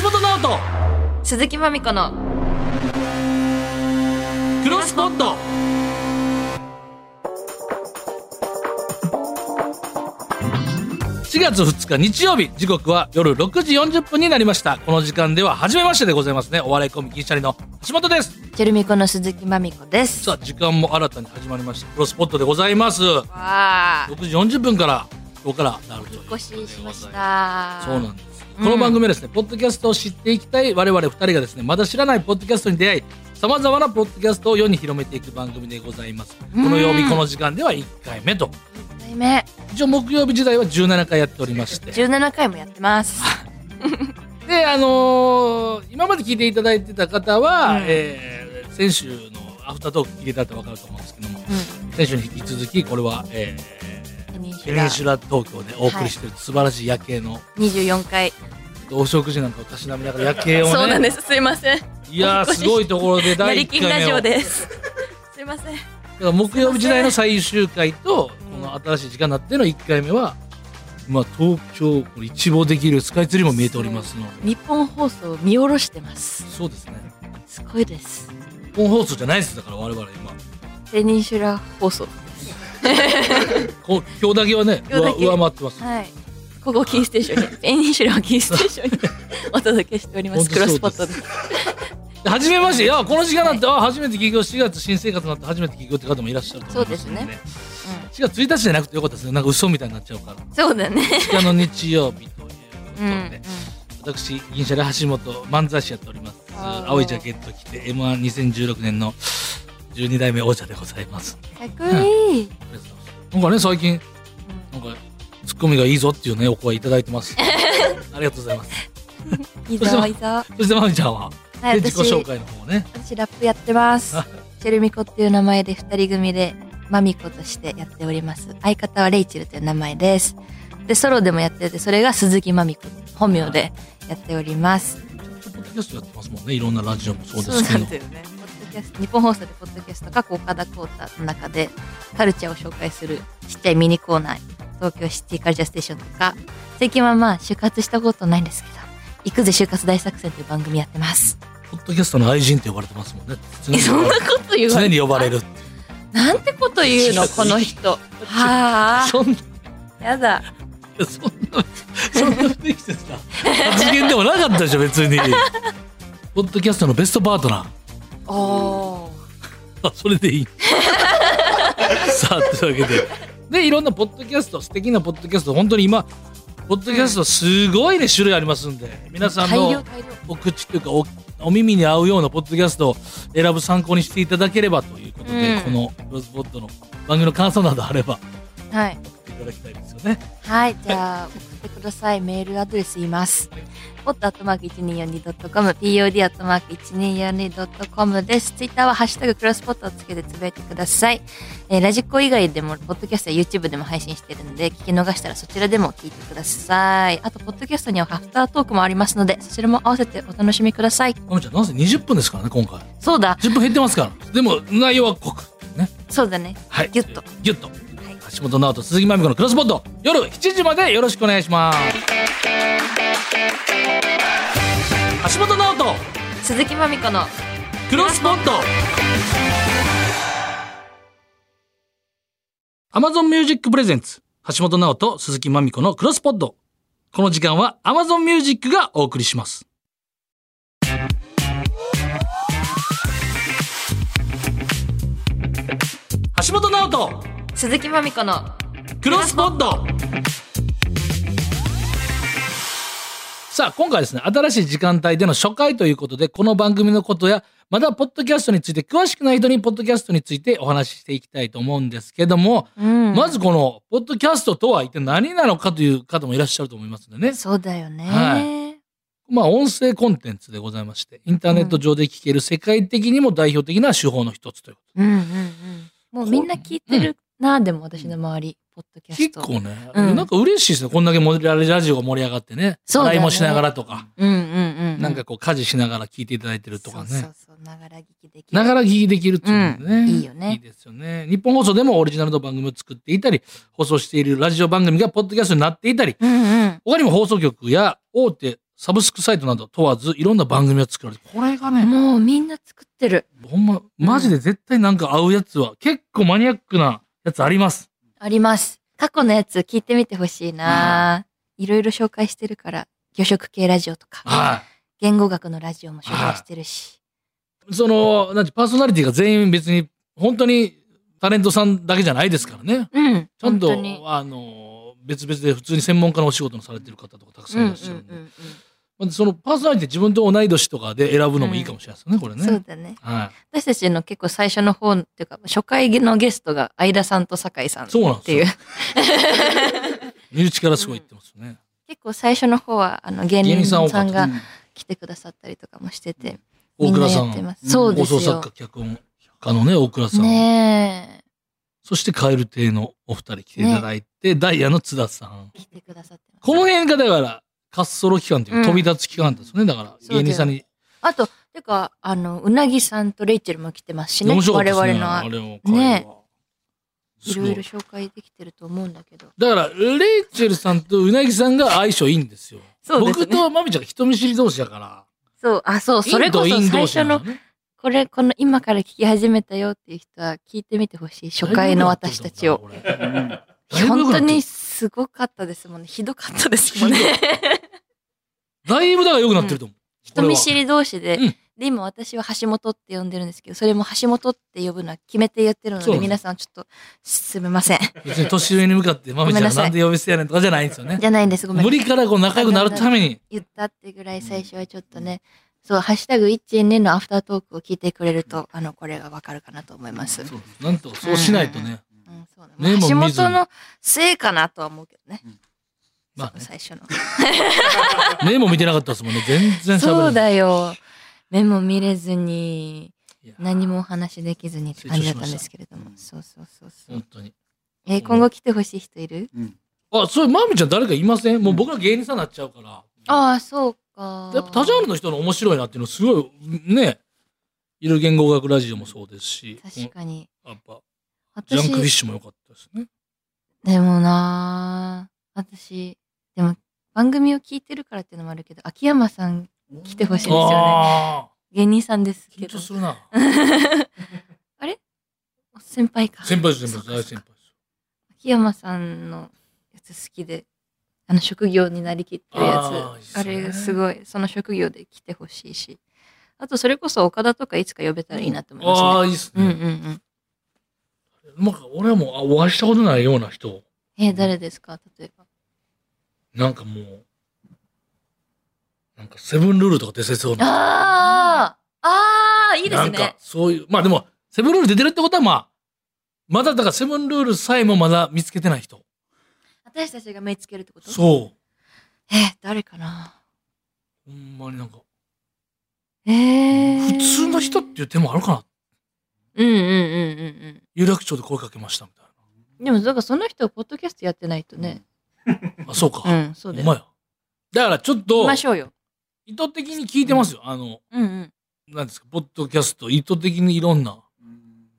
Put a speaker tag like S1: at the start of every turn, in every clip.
S1: 橋本直人
S2: 鈴木まみこの
S1: クロスポット4月2日日曜日時刻は夜6時40分になりましたこの時間では初めましてでございますねお笑いコミキシャリの橋本です
S2: チェルミコの鈴木まみこです
S1: さ
S2: わ
S1: あ時間も新たに始まりましたクロスポットでございます6
S2: あ
S1: 時40分から今日からなるという
S2: お越ししました
S1: そうなんです、
S2: うん
S1: この番組はですねポッドキャストを知っていきたい我々2人がですねまだ知らないポッドキャストに出会いさまざまなポッドキャストを世に広めていく番組でございます、
S2: うん
S1: この曜日この時間では1回目と
S2: 一回目
S1: 一応木曜日時代は17回やっておりまして
S2: 17回もやってます
S1: であのー今まで聞いていただいてた方は、
S2: うん
S1: えー先週のアフタートーク聞いていただいて分かると思うんですけども
S2: う
S1: 先週に引き続きこれは、え
S2: んペニン
S1: ー
S2: シ
S1: ペ
S2: ュ
S1: ニ
S2: ラ
S1: ンシュラ東京でお送りしている素晴らしい夜景の、
S2: 24回
S1: お食事なんかをたしなみながら夜景をね
S2: そうなんですすいません
S1: いやーすごいところで
S2: な
S1: 第
S2: り
S1: 1
S2: きん
S1: 回
S2: ラ
S1: 目
S2: ジ
S1: を
S2: オ
S1: だか
S2: ですすいません
S1: ら木曜日時代の最終回とこの新しい時間になっての1回目は、まあ、東京を一望できるスカイツリーも見えておりますので
S2: 日本放送を見下ろしてます
S1: そうですね
S2: すごいです
S1: 日本放送じゃないですだから我々今
S2: ペニンシュラ放送
S1: こ今日だけはね
S2: 今日だけ
S1: 上上回ってます
S2: はいここをキーステーションにペニンシュラをキーステーションに お届けしておりま
S1: 本
S2: すク
S1: 当
S2: ロ
S1: そうです
S2: スポットです
S1: で初めましていやこの時間なんて、あ初めて聞くよ4月新生活になって初めて聞くよって方もいらっしゃると思いますので,、
S2: そ
S1: 4
S2: うで
S1: 月1日じゃなくてよかったですねなんか嘘みたいになっちゃうから
S2: そうだね
S1: 4日の日曜日ということ
S2: う
S1: で、
S2: んうん
S1: 私銀シャレ橋本漫才師やっております
S2: あー
S1: 青いジャケット着て m 1 2 0 1 6年の12代目王者でございます
S2: かっこいい
S1: なんかね最近なんかツッコミがいいぞっていうねお声いただいて ますありがとうございます
S2: いいぞいいぞは
S1: そしてまみちゃんは、で
S2: い
S1: 自己
S2: 私
S1: 紹介の方をね
S2: 私ラップやってます
S1: あ
S2: チェルミコっていう名前で二人組でマミコとしてやっております相方はレイチェルという名前ですでソロでもやっててそれが鈴木マミコ本名でやっております
S1: ポッドキャストやってますもんねいろんなラジオもそうで
S2: な
S1: すけ
S2: ん
S1: ど
S2: だよねポッドキャスト日本放送でポッドキャスト過去岡田浩太の中でカルチャーを紹介するちっちゃいミニコーナー東京シティカルチャーステーションとか最近はまあ就活したことないんですけど行くぜ就活大作戦という番組やってます
S1: ポッドキャストの愛人って呼ばれてますもんね常
S2: え
S1: に
S2: そんなこと言わ
S1: 常
S2: れ
S1: に呼ばれる
S2: なんてこと言 うのこの人はあ
S1: そんな
S2: やだ。
S1: そんな、そんな不適切な発言でもなかったでしょ、別に。ポッドキャストのベストパートナー。
S2: おお。
S1: あ、それでいい。さあ、というわけで。で、いろんなポッドキャスト、素敵なポッドキャスト、本当に今、ポッドキャストすごいね、種類ありますんで、皆さん
S2: 大量
S1: の
S2: 大量。
S1: お口というかお、お耳に合うようなポッドキャストを選ぶ参考にしていただければということで、
S2: うん
S1: このクロスポッドの番組の感想などあれば、
S2: はい。
S1: いただきたいですよね。
S2: はい、じゃあ、送ってください。メールアドレス言います。ポットアットマーク 1242.com、pod アットマーク 1242.com です。ツイッターはハッシュタグクロスポットをつけてつぶやいてください。えーラジコ以外でも、ポッドキャストや YouTube でも配信してるので、聞き逃したらそちらでも聞いてください。あと、ポッドキャストにはハフタートークもありますので、そちらも合わせてお楽しみください。
S1: まみちゃん、なんせ20分ですからね、今回。
S2: そうだ、
S1: 10分減ってますから。でも、内容は濃く。ね。
S2: そうだね。
S1: はい。
S2: ギュッと。
S1: ギュッと。橋本直人、鈴木まみ子のクロスポット、夜7時までよろしくお願いします。橋本直人、
S2: 鈴木まみこの
S1: クロスポット。Amazon Music Presents 橋本直人、鈴木まみ子のクロスポット。この時間は Amazon Music がお送りします。橋本直人
S2: 鈴木まみこの
S1: クロスポットさあ今回はですね新しい時間帯での初回ということでこの番組のことやまだポッドキャストについて詳しくない人にポッドキャストについてお話ししていきたいと思うんですけども、
S2: うん
S1: まずこのポッドキャストとは一体何なのかという方もいらっしゃると思いますのでね
S2: そうだよね、
S1: はまあ音声コンテンツでございましてインターネット上で聞ける世界的にも代表的な手法の一つというこ
S2: うんうんうんもうみんな聞いてるな、でも私の周りポッドキ
S1: と結
S2: ャスト
S1: 構ね、
S2: うん
S1: なんか嬉しいですねこんだけ盛り上がりラジオが盛り上がってね
S2: そうだよ
S1: 笑
S2: ね
S1: いもしながらとか。
S2: うんうんうん
S1: なんかこう家事しながら聞いていただいてるとか
S2: そうそ
S1: ね
S2: う。そうながら聞きできる
S1: ながら聞きできるっていうのね、
S2: うんいいよね
S1: いいですよね。日本放送でもオリジナルの番組を作っていたり、放送しているラジオ番組がポッドキャストになっていたり、
S2: うんうん
S1: 他にも放送局や大手サブスクサイトなど問わず、いろんな番組を作られて、これがね、
S2: もうみんな作ってる。
S1: ほんま、マジで絶対なんか合うやつは、結構マニアックなやつあります。
S2: あります。過去のやつ聞いてみてほしいな、いろいろ紹介してるから、魚食系ラジオとか、
S1: は
S2: 言語学のラジオも紹介してるし。
S1: い。その、なんて、パーソナリティが全員別に、本当にタレントさんだけじゃないですからね。
S2: うん。
S1: ちゃんと
S2: 本当に、
S1: あの、別々で普通に専門家のお仕事のされてる方とかたくさんいらっしゃるんで。
S2: うん
S1: まあそのパーソナリティ自分と同い年とかで選ぶのもいいかもしれないですよね、これ
S2: うんうんそう
S1: ね。
S2: だね。
S1: は
S2: 私たちの結構最初の方っていうか、初回のゲストが相田さんと酒井さんって
S1: そうなんです
S2: い
S1: よ
S2: う。
S1: い。身内からすごい言ってますよね。
S2: 結構最初の方は、あの、芸
S1: 芸
S2: 人
S1: 人さん多
S2: さ
S1: か
S2: ん
S1: った
S2: が
S1: うん
S2: 来てくださったりとかもしてて。
S1: 大倉さ
S2: みんなやってま
S1: ん
S2: す。そうで
S1: 放
S2: すよ
S1: 送作家、脚本家のね、大倉さん。
S2: ね
S1: そして、蛙亭のお二人来ていただいて、ダイヤの津田さん。
S2: え。来てくださってます。
S1: この辺が、だから、滑走路期間っていううん飛び立つ期間ですね。だから、
S2: そうだよ
S1: 芸人さんに。
S2: あと、てか、あの、うなぎさんとレイチェルも来てますしね。
S1: 面白かったです
S2: 我
S1: ね。
S2: 々
S1: あ
S2: の、
S1: れも
S2: ね
S1: 会
S2: い
S1: 話
S2: ろいろ
S1: す
S2: 紹介できてると思うんだけど。
S1: ごいだから、レイチェルさんとうなぎさんが相性いいんですよ。
S2: そうですね
S1: 僕とまみちゃんが人見知り同士だから。
S2: そう、あ、そう、それこ
S1: イ
S2: そ
S1: ンドイン
S2: 最
S1: 同士
S2: 初
S1: な
S2: の
S1: だ、ね
S2: これ、この今から聞き始めたよっていう人は聞いてみてほしい。初回の私たちを。。本当にすごかったですもんね。ひどかったですもんね。
S1: だいぶだから良くなってると思う。
S2: 人見知り同士で、
S1: うん
S2: で、今私は橋本って呼んでるんですけど、それも橋本って呼ぶのは決めてやってるの
S1: そう
S2: で、
S1: なんです
S2: 皆さんちょっとすみません。
S1: 別に年上に向かって、まみちゃんがなんで呼び捨てやねんとかじゃないんですよね。
S2: じゃないんです。ごめん。
S1: 無理からこう仲良くなるために。
S2: 言ったってぐらい最初はちょっとね、そう、ハッシュタグ 1N のアフタートークを聞いてくれると、あの、これがわかるかなと思います。
S1: そうですなんとかそうしないとね。
S2: うん、そうね
S1: 目も見ずに
S2: 橋本のせいかなとは思うけどね。
S1: まあね、
S2: 最初の。
S1: 目も見てなかったですもんね。全然喋
S2: そ
S1: ら
S2: う
S1: ない。
S2: だよ。目も見れずに、
S1: いや
S2: 何もお話しできずにって感じだったんですけれども。そうそうそうそう
S1: 本。当に。
S2: えー今後来てほしい人いる
S1: あ、それ、まみちゃん誰かいませんもう僕ら芸人さんになっちゃうから。
S2: ああ、そうか。
S1: やっぱ他ジャンルの人の面白いなっていうのすごい、ね。いる言語学ラジオもそうですし、
S2: 確かに。
S1: やっぱ、ジャンクフィッ
S2: 私、
S1: シュも良かったですね。
S2: でもなあ私、でも番組を聞いてるからっていうのもあるけど、秋山さん来てほしいですよね。
S1: あ
S2: 芸人さんです
S1: ー緊
S2: け
S1: 張
S2: ど。
S1: するな。
S2: 先輩か。
S1: 先輩です、先輩で
S2: そう
S1: す、大先
S2: かそう
S1: 輩
S2: か
S1: で
S2: 秋山さんのやつ好きで、あの職業になりきってるやつ。
S1: あーいいっす
S2: あ
S1: ね
S2: れすごい、その職業で来てほしいし。あと、それこそ岡田とかいつか呼べたらいいなと思
S1: す。
S2: います
S1: あ
S2: ね。
S1: あ、いいっす
S2: うんう
S1: ね。
S2: んうん。
S1: なんか俺はもうあお会いしたことないような人、
S2: えー誰ですか例えば。
S1: なんかもう、なんかセブンルールとか出せそうな。
S2: ああああいいです
S1: なんか
S2: ね。
S1: そういう、まあでも、セブンルール出てるってことはまあ、まだだからセブンルールさえもまだ見つけてない人。
S2: 私たちが目つけるってこと
S1: そ
S2: えー誰かな
S1: う。ほんまになんか、
S2: えー、
S1: 普通の人っていう手もあるかな。
S2: うんうんうんうん
S1: 有楽町で声かけましたみたい
S2: うん。でも、だからその人はポッドキャストやってないとね。
S1: な。あ、そう
S2: う
S1: か。
S2: ん、そ
S1: お
S2: うだ
S1: 前
S2: よ。
S1: や。だからちょっ
S2: 行き
S1: と
S2: ま、しょうよ。
S1: 意図的に聞いてますよ。あの、
S2: うんうん。
S1: なんですか、ポッドキャスト、意図的にいろんな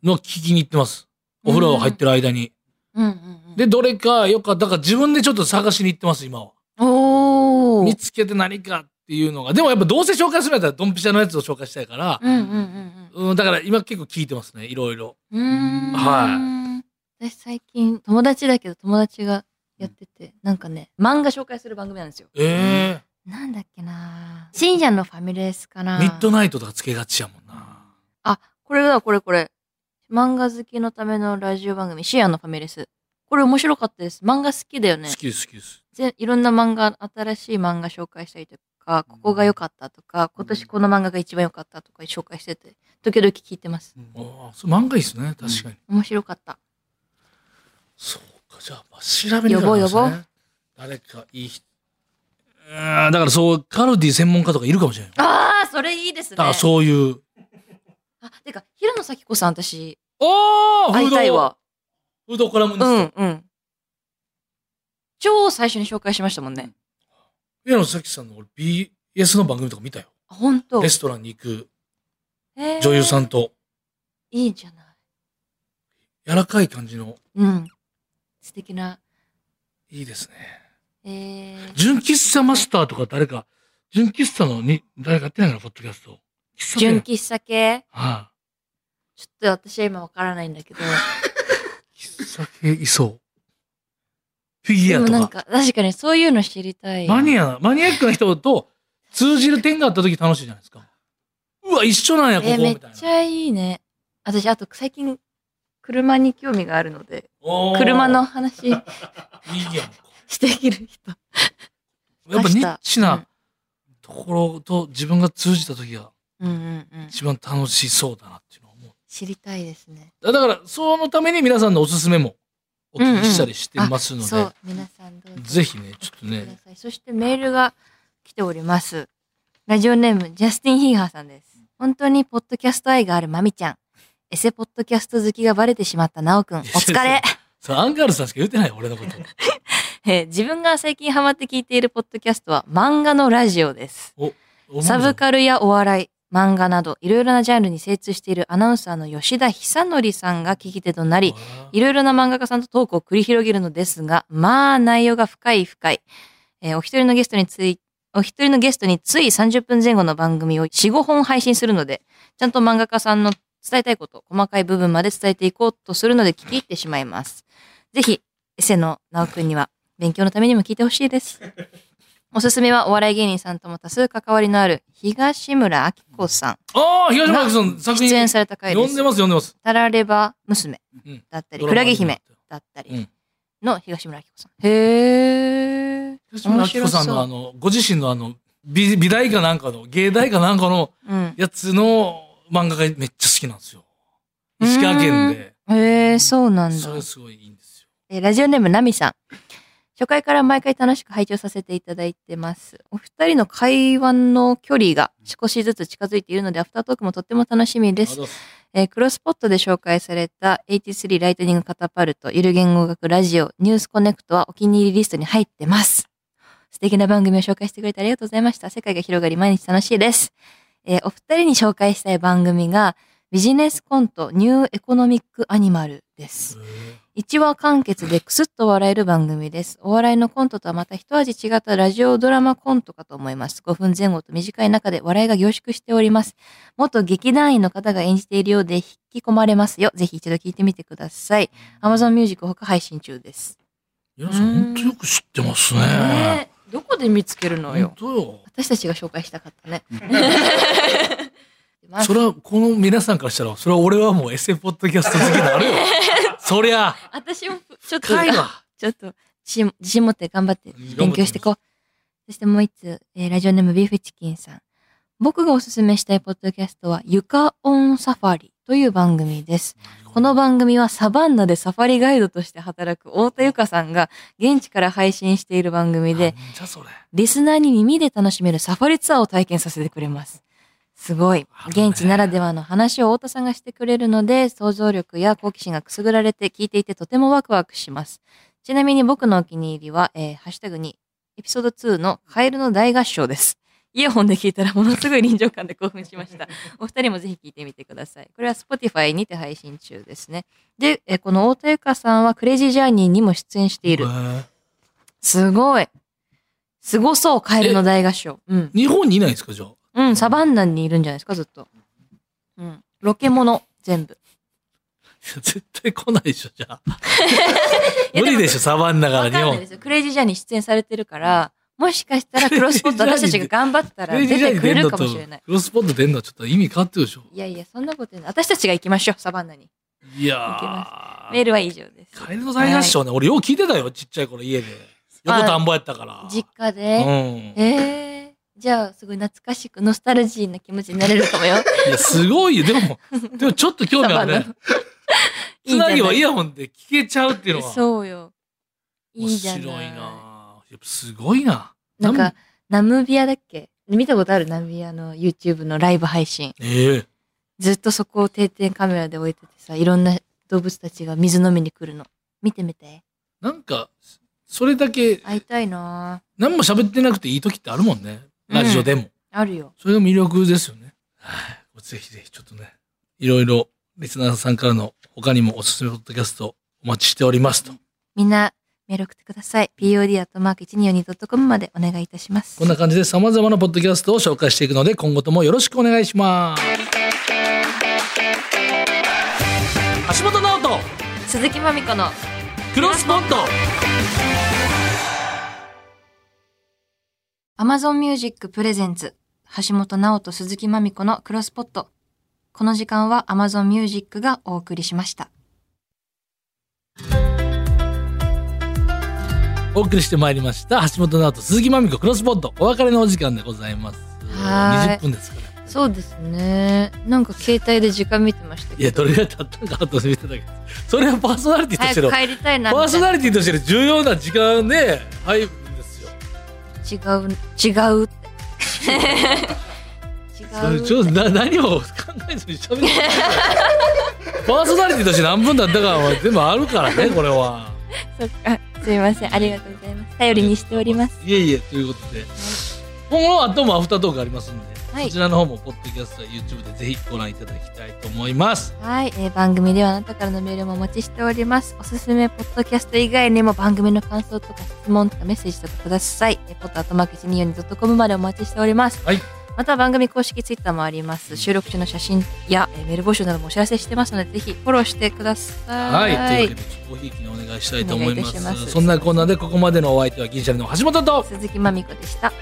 S1: の聞きに行ってます。お風呂入ってる間に。
S2: うんうんうん。
S1: で、どれかよかったから自分でちょっと探しに行ってます、今は。
S2: お
S1: 見
S2: ー。
S1: つけて何かっていうのが。でもやっぱどうせ紹介するんやったらドンピシャのやつを紹介したいから、
S2: うんうんうん
S1: うん、だから今結構聞いてますね、いろいろ。
S2: うん。うーん。。
S1: はい
S2: 私最近、友達だけど友達がやってて、なんかね、漫画紹介する番組なんですよ。
S1: え
S2: なんだっけな深夜のファミレスか
S1: え
S2: な
S1: ミッドナイトとかつけがちやもんな。
S2: あ、これだ、これこれ。漫画好きのためのラジオ番組、深夜のファミレス。これ面白かったです。漫画好きだよね
S1: 好。きです、好きです。
S2: ぜいろんな漫画、新しい漫画紹介したりとか、ここが良かったとか、今年この漫画が一番良かったとか紹介してて、時々聞いてます。
S1: ああ、それ漫画いいっすね、確かに。
S2: 面白かった。
S1: そうか、じゃあ、まあ、調べに行かな
S2: 呼ぼう
S1: いとね誰かいい人。うーんだからそう、カルディ専門家とかいるかもしれない。
S2: ああ、それいいですね。
S1: だからそういう。
S2: あ、てか、平野咲子さん、私、
S1: おー
S2: 会いたいわ。
S1: フードコラムニ
S2: う
S1: スト。
S2: ん、うん。超最初に紹介しましたもんね。
S1: 宮野咲さんの俺 BS の番組とか見たよ。
S2: あ本当。
S1: レストランに行く
S2: へー
S1: 女優さん。と、
S2: いいじゃない。
S1: 柔らかい感じの、
S2: うん。素敵な。
S1: いいですね。
S2: えー、
S1: 純喫茶マスターとか誰か純喫茶のに、誰かやってないから、ポッドキャスト。喫茶店
S2: 純喫茶系
S1: は
S2: ちょっと私は今わからないんだけど。
S1: い。喫茶系いそう。フィギ
S2: で
S1: ュア
S2: も
S1: と
S2: なん
S1: か。
S2: か、確かにそういうの知りたい。
S1: マニアな、マニアックな人と通じる点があった時楽しいじゃないですか。うわ、一緒なんや、ここ、
S2: え、め
S1: み
S2: った
S1: いな。
S2: ちゃいいね。私、あと最近、車に興味があるので、
S1: おー
S2: 車の。話
S1: いいやん。
S2: してきる人。
S1: やっぱニッチ
S2: うん
S1: なところと自分が通じた時が
S2: うんうんうん。
S1: 一番楽しそうだなっていうのは思う。
S2: 知りたいですね。
S1: だだから、そのために皆さんのおすすめもお聞きしたりしてますので、
S2: そう、皆さんどうぞ。
S1: ぜひね、ちょっと
S2: くだ
S1: ね、
S2: さい。そしてメールが来ております。ラジオネーム、ジャスティン・ヒーハーさんです。本当にポッドキャスト愛があるまみちゃん。エセポッドキャスト好きがバレてしまったなおく ん。お疲れ
S1: そうアンガールズさんしか言ってない、俺のこと。
S2: えー自分が最近ハマって聞いているポッドキャストは漫画のラジオです。
S1: 思う
S2: サブカルやお笑い、漫画など、いろいろなジャンルに精通しているアナウンサーの吉田久典さんが聞き手となり、いろいろな漫画家さんとトークを繰り広げるのですが、まあ内容が深い深い。えーお一人のゲストについ、お一人のゲストについ30分前後の番組を4、5本配信するので、ちゃんと漫画家さんの伝えたいこと、細かい部分まで伝えていこうとするので聞き入ってしまいます。ぜひ、エセの直くんには勉強のためにも聞いてほし いです。おすすめはお笑い芸人さんとも多数関わりのある東村明子さ
S1: ああ、東
S2: ん
S1: 村明
S2: が
S1: 子さん作
S2: 出
S1: 品
S2: 演された回で
S1: 読ん
S2: す
S1: で。ます、読んでます。
S2: タラレバ娘
S1: うん
S2: だったり、
S1: ドラ
S2: ク
S1: マ
S2: ラ
S1: にな
S2: ゲ
S1: って
S2: 姫だった
S1: う
S2: り
S1: ん
S2: の東村明子さん。へー。
S1: 吉村明子さん
S2: 面白そう
S1: のあの、ご自身のあの、美美大かなんかの、芸大かなんかの
S2: うん。
S1: やつの漫画がめっちゃ好きなんですよ。石川県で。
S2: へー、そうなんだ
S1: そ。れすごいいいんですよ。
S2: えーラジオネーム、ナミさん。初回から毎回楽しく拝聴させていただいてます。お二人の会話の距離が少しずつ近づいているので、アフタートークもとっても楽しみです
S1: あ。どうぞ
S2: えークロスポットで紹介された83ライトニングカタパルト、ゆる言語学ラジオ、ニュースコネクトはお気に入りリストに入ってます。素敵な番組を紹介してくれてありがとうございました。世界が広がり毎日楽しいです。えーお二人に紹介したい番組がビジネスコントニューエコノミックアニマルです。一話完結でクスッと笑える番組です。お笑いのコントとはまた一味違ったラジオドラマコントかと思います。5分前後と短い中で笑いが凝縮しております。元劇団員の方が演じているようで引き込まれますよ。ぜひ一度聞いてみてください。Amazon Music ほか配信中です。
S1: 皆さん、本当よく知ってますね。
S2: ねえどこで見つけるの
S1: 本
S2: よ。
S1: 当よ。
S2: 私たちが紹介したかったね。 まあ
S1: それは、この皆さんからしたら、それは俺はもうエセポッドキャスト好きになる よ。そりゃ、
S2: 私もちょっと、
S1: 深い わ。
S2: ちょっと自信自信持って頑張って勉強していこう。そしてもう一つ、えーラジオネームビーフチキンさん。僕がおすすめしたいポッドキャストは、ユカオンサファリという番組です。この番組はサバンナでサファリガイドとして働く太田ゆかさんが現地から配信している番組で、
S1: なんじゃそれ。
S2: リスナーに耳で楽しめるサファリツアーを体験させてくれます。すごい
S1: あ。るね
S2: 現地ならではの話を太田さんがしてくれるので、想像力や好奇心がくすぐられて聞いていてとてもワクワクします。ちなみに僕のお気に入りは、えーハッシュタグに、エピソード2のカエルの大合唱です。イヤホンで聞いたらものすごい臨場感で興奮しま した。お二人もぜひ聞いてみてください。これは Spotify にて配信中ですね。で、えーこの太田ゆかさんはクレイジージャーニーにも出演している
S1: へ。ー
S2: すごい。すごそう、カエルの大合唱。うん。
S1: 日本にいないんですか、じゃあ。
S2: うん、サバンナにいるんじゃないですか、ずっと。うん。ロケモノ、全部。
S1: 絶対来ないでしょ、じゃあ。
S2: いやでも
S1: 無理でしょ、サバンナか
S2: わからん
S1: 日
S2: ない
S1: 本
S2: で。すよ。クレイジージャーに出演されてるから、もしかしたらクロスポット
S1: クレイ
S2: 私
S1: ジー
S2: た
S1: ジ
S2: ち
S1: ャーニー
S2: が頑張ったら出
S1: ジャー
S2: て
S1: に
S2: く
S1: 出
S2: れ
S1: ん
S2: る
S1: の
S2: か
S1: と
S2: もしれない。
S1: クロスポット出んのはちょっと意味変わってるでしょ。
S2: いやいや、そんなことない。私たちが行きましょう、サバンナに。
S1: い
S2: いけ
S1: や
S2: メー
S1: ー。
S2: ルは以上です。
S1: カエルの大合唱ね、俺よう聞いてたよ、ちっちゃい頃家で。横田んぼやったから。
S2: 実家
S1: う
S2: で。
S1: ん。
S2: えー。じゃあ、すごい懐かしく、ノスタルジーな気持ちになれるかも よ。
S1: いや、すごいよ。でも、 でもちょっと興味ある
S2: サ
S1: ね
S2: バン。
S1: つなぎはいイヤホンで聞けちゃうっていうのは。
S2: そうよ。い
S1: 面
S2: いじゃ
S1: 白
S2: ない
S1: いな。やっぱすごいな。
S2: なんか、ナムビアだっけ見たことあるナムビアの YouTube のライブ配信。
S1: ええ
S2: ずっとそこを定点カメラで置いててさ、いろんな動物たちが水飲みに来るの。見てみて。
S1: なんか、それだけ、
S2: 会いたいな
S1: 何も喋ってなくていい時ってあるもんね。ラジオでも。
S2: ぁあるよ。
S1: それが魅力ですよね。はい。ぜひぜひ、ちょっとね、いろいろ、リスナーさんからの他にもおすすめポッドキャストお待ちしておりますと。
S2: みんな、メール送ってください。pod.mark124.com までお願いいたします
S1: こん。な感じで様々なポッドキャストを紹介していくので、今後ともよろしくお願いします。橋本直人、
S2: 鈴木まみこの
S1: クロスポット
S2: Amazon Music Presents 橋本直人鈴木まみこのクロスポット。この時間は Amazon Music がお送りしました。
S1: お送りしてまいりました。橋本直人、鈴木まみこ、クロスポット。お別れのお時間でございます。
S2: はーい
S1: 20分ですから。
S2: そうですね。なんか携帯で時間見てました
S1: いや、どれぐらい経ったかと見てたけど、それはパーソナリティとしての、
S2: 帰りたいな
S1: パーソナリティとしての重要な時間で、はい、ですよ。
S2: 違う違うって
S1: そ
S2: 違
S1: れちょ
S2: う
S1: っ とな何を考えずに喋ってパーソナリティとして何分だったかは全部あるからねこれは
S2: そっかすいませんありがとうございます頼りにしております
S1: いえいえということで今後あともアフタートークありますんで、
S2: はい
S1: そちらの方もポッドキャストや YouTube でぜひご覧いただきたいと思います
S2: はい、えー番組ではあなたからのメールもお待ちしておりますおすすめポッドキャスト以外にも番組の感想とか質問とかメッセージとかくださいえーポットアットマーク 1242.com までお待ちしております
S1: はい
S2: また番組公式ツイッターもあります収録中の写真や、えーメール募集などもお知らせしてますのでぜひフォローしてくださ
S1: はいい、というわけでコーヒー機にお願いしたいと思います
S2: お願いいたします
S1: そんなこんなでここまでのお相手は銀シャリの橋本と
S2: 鈴木まみこでした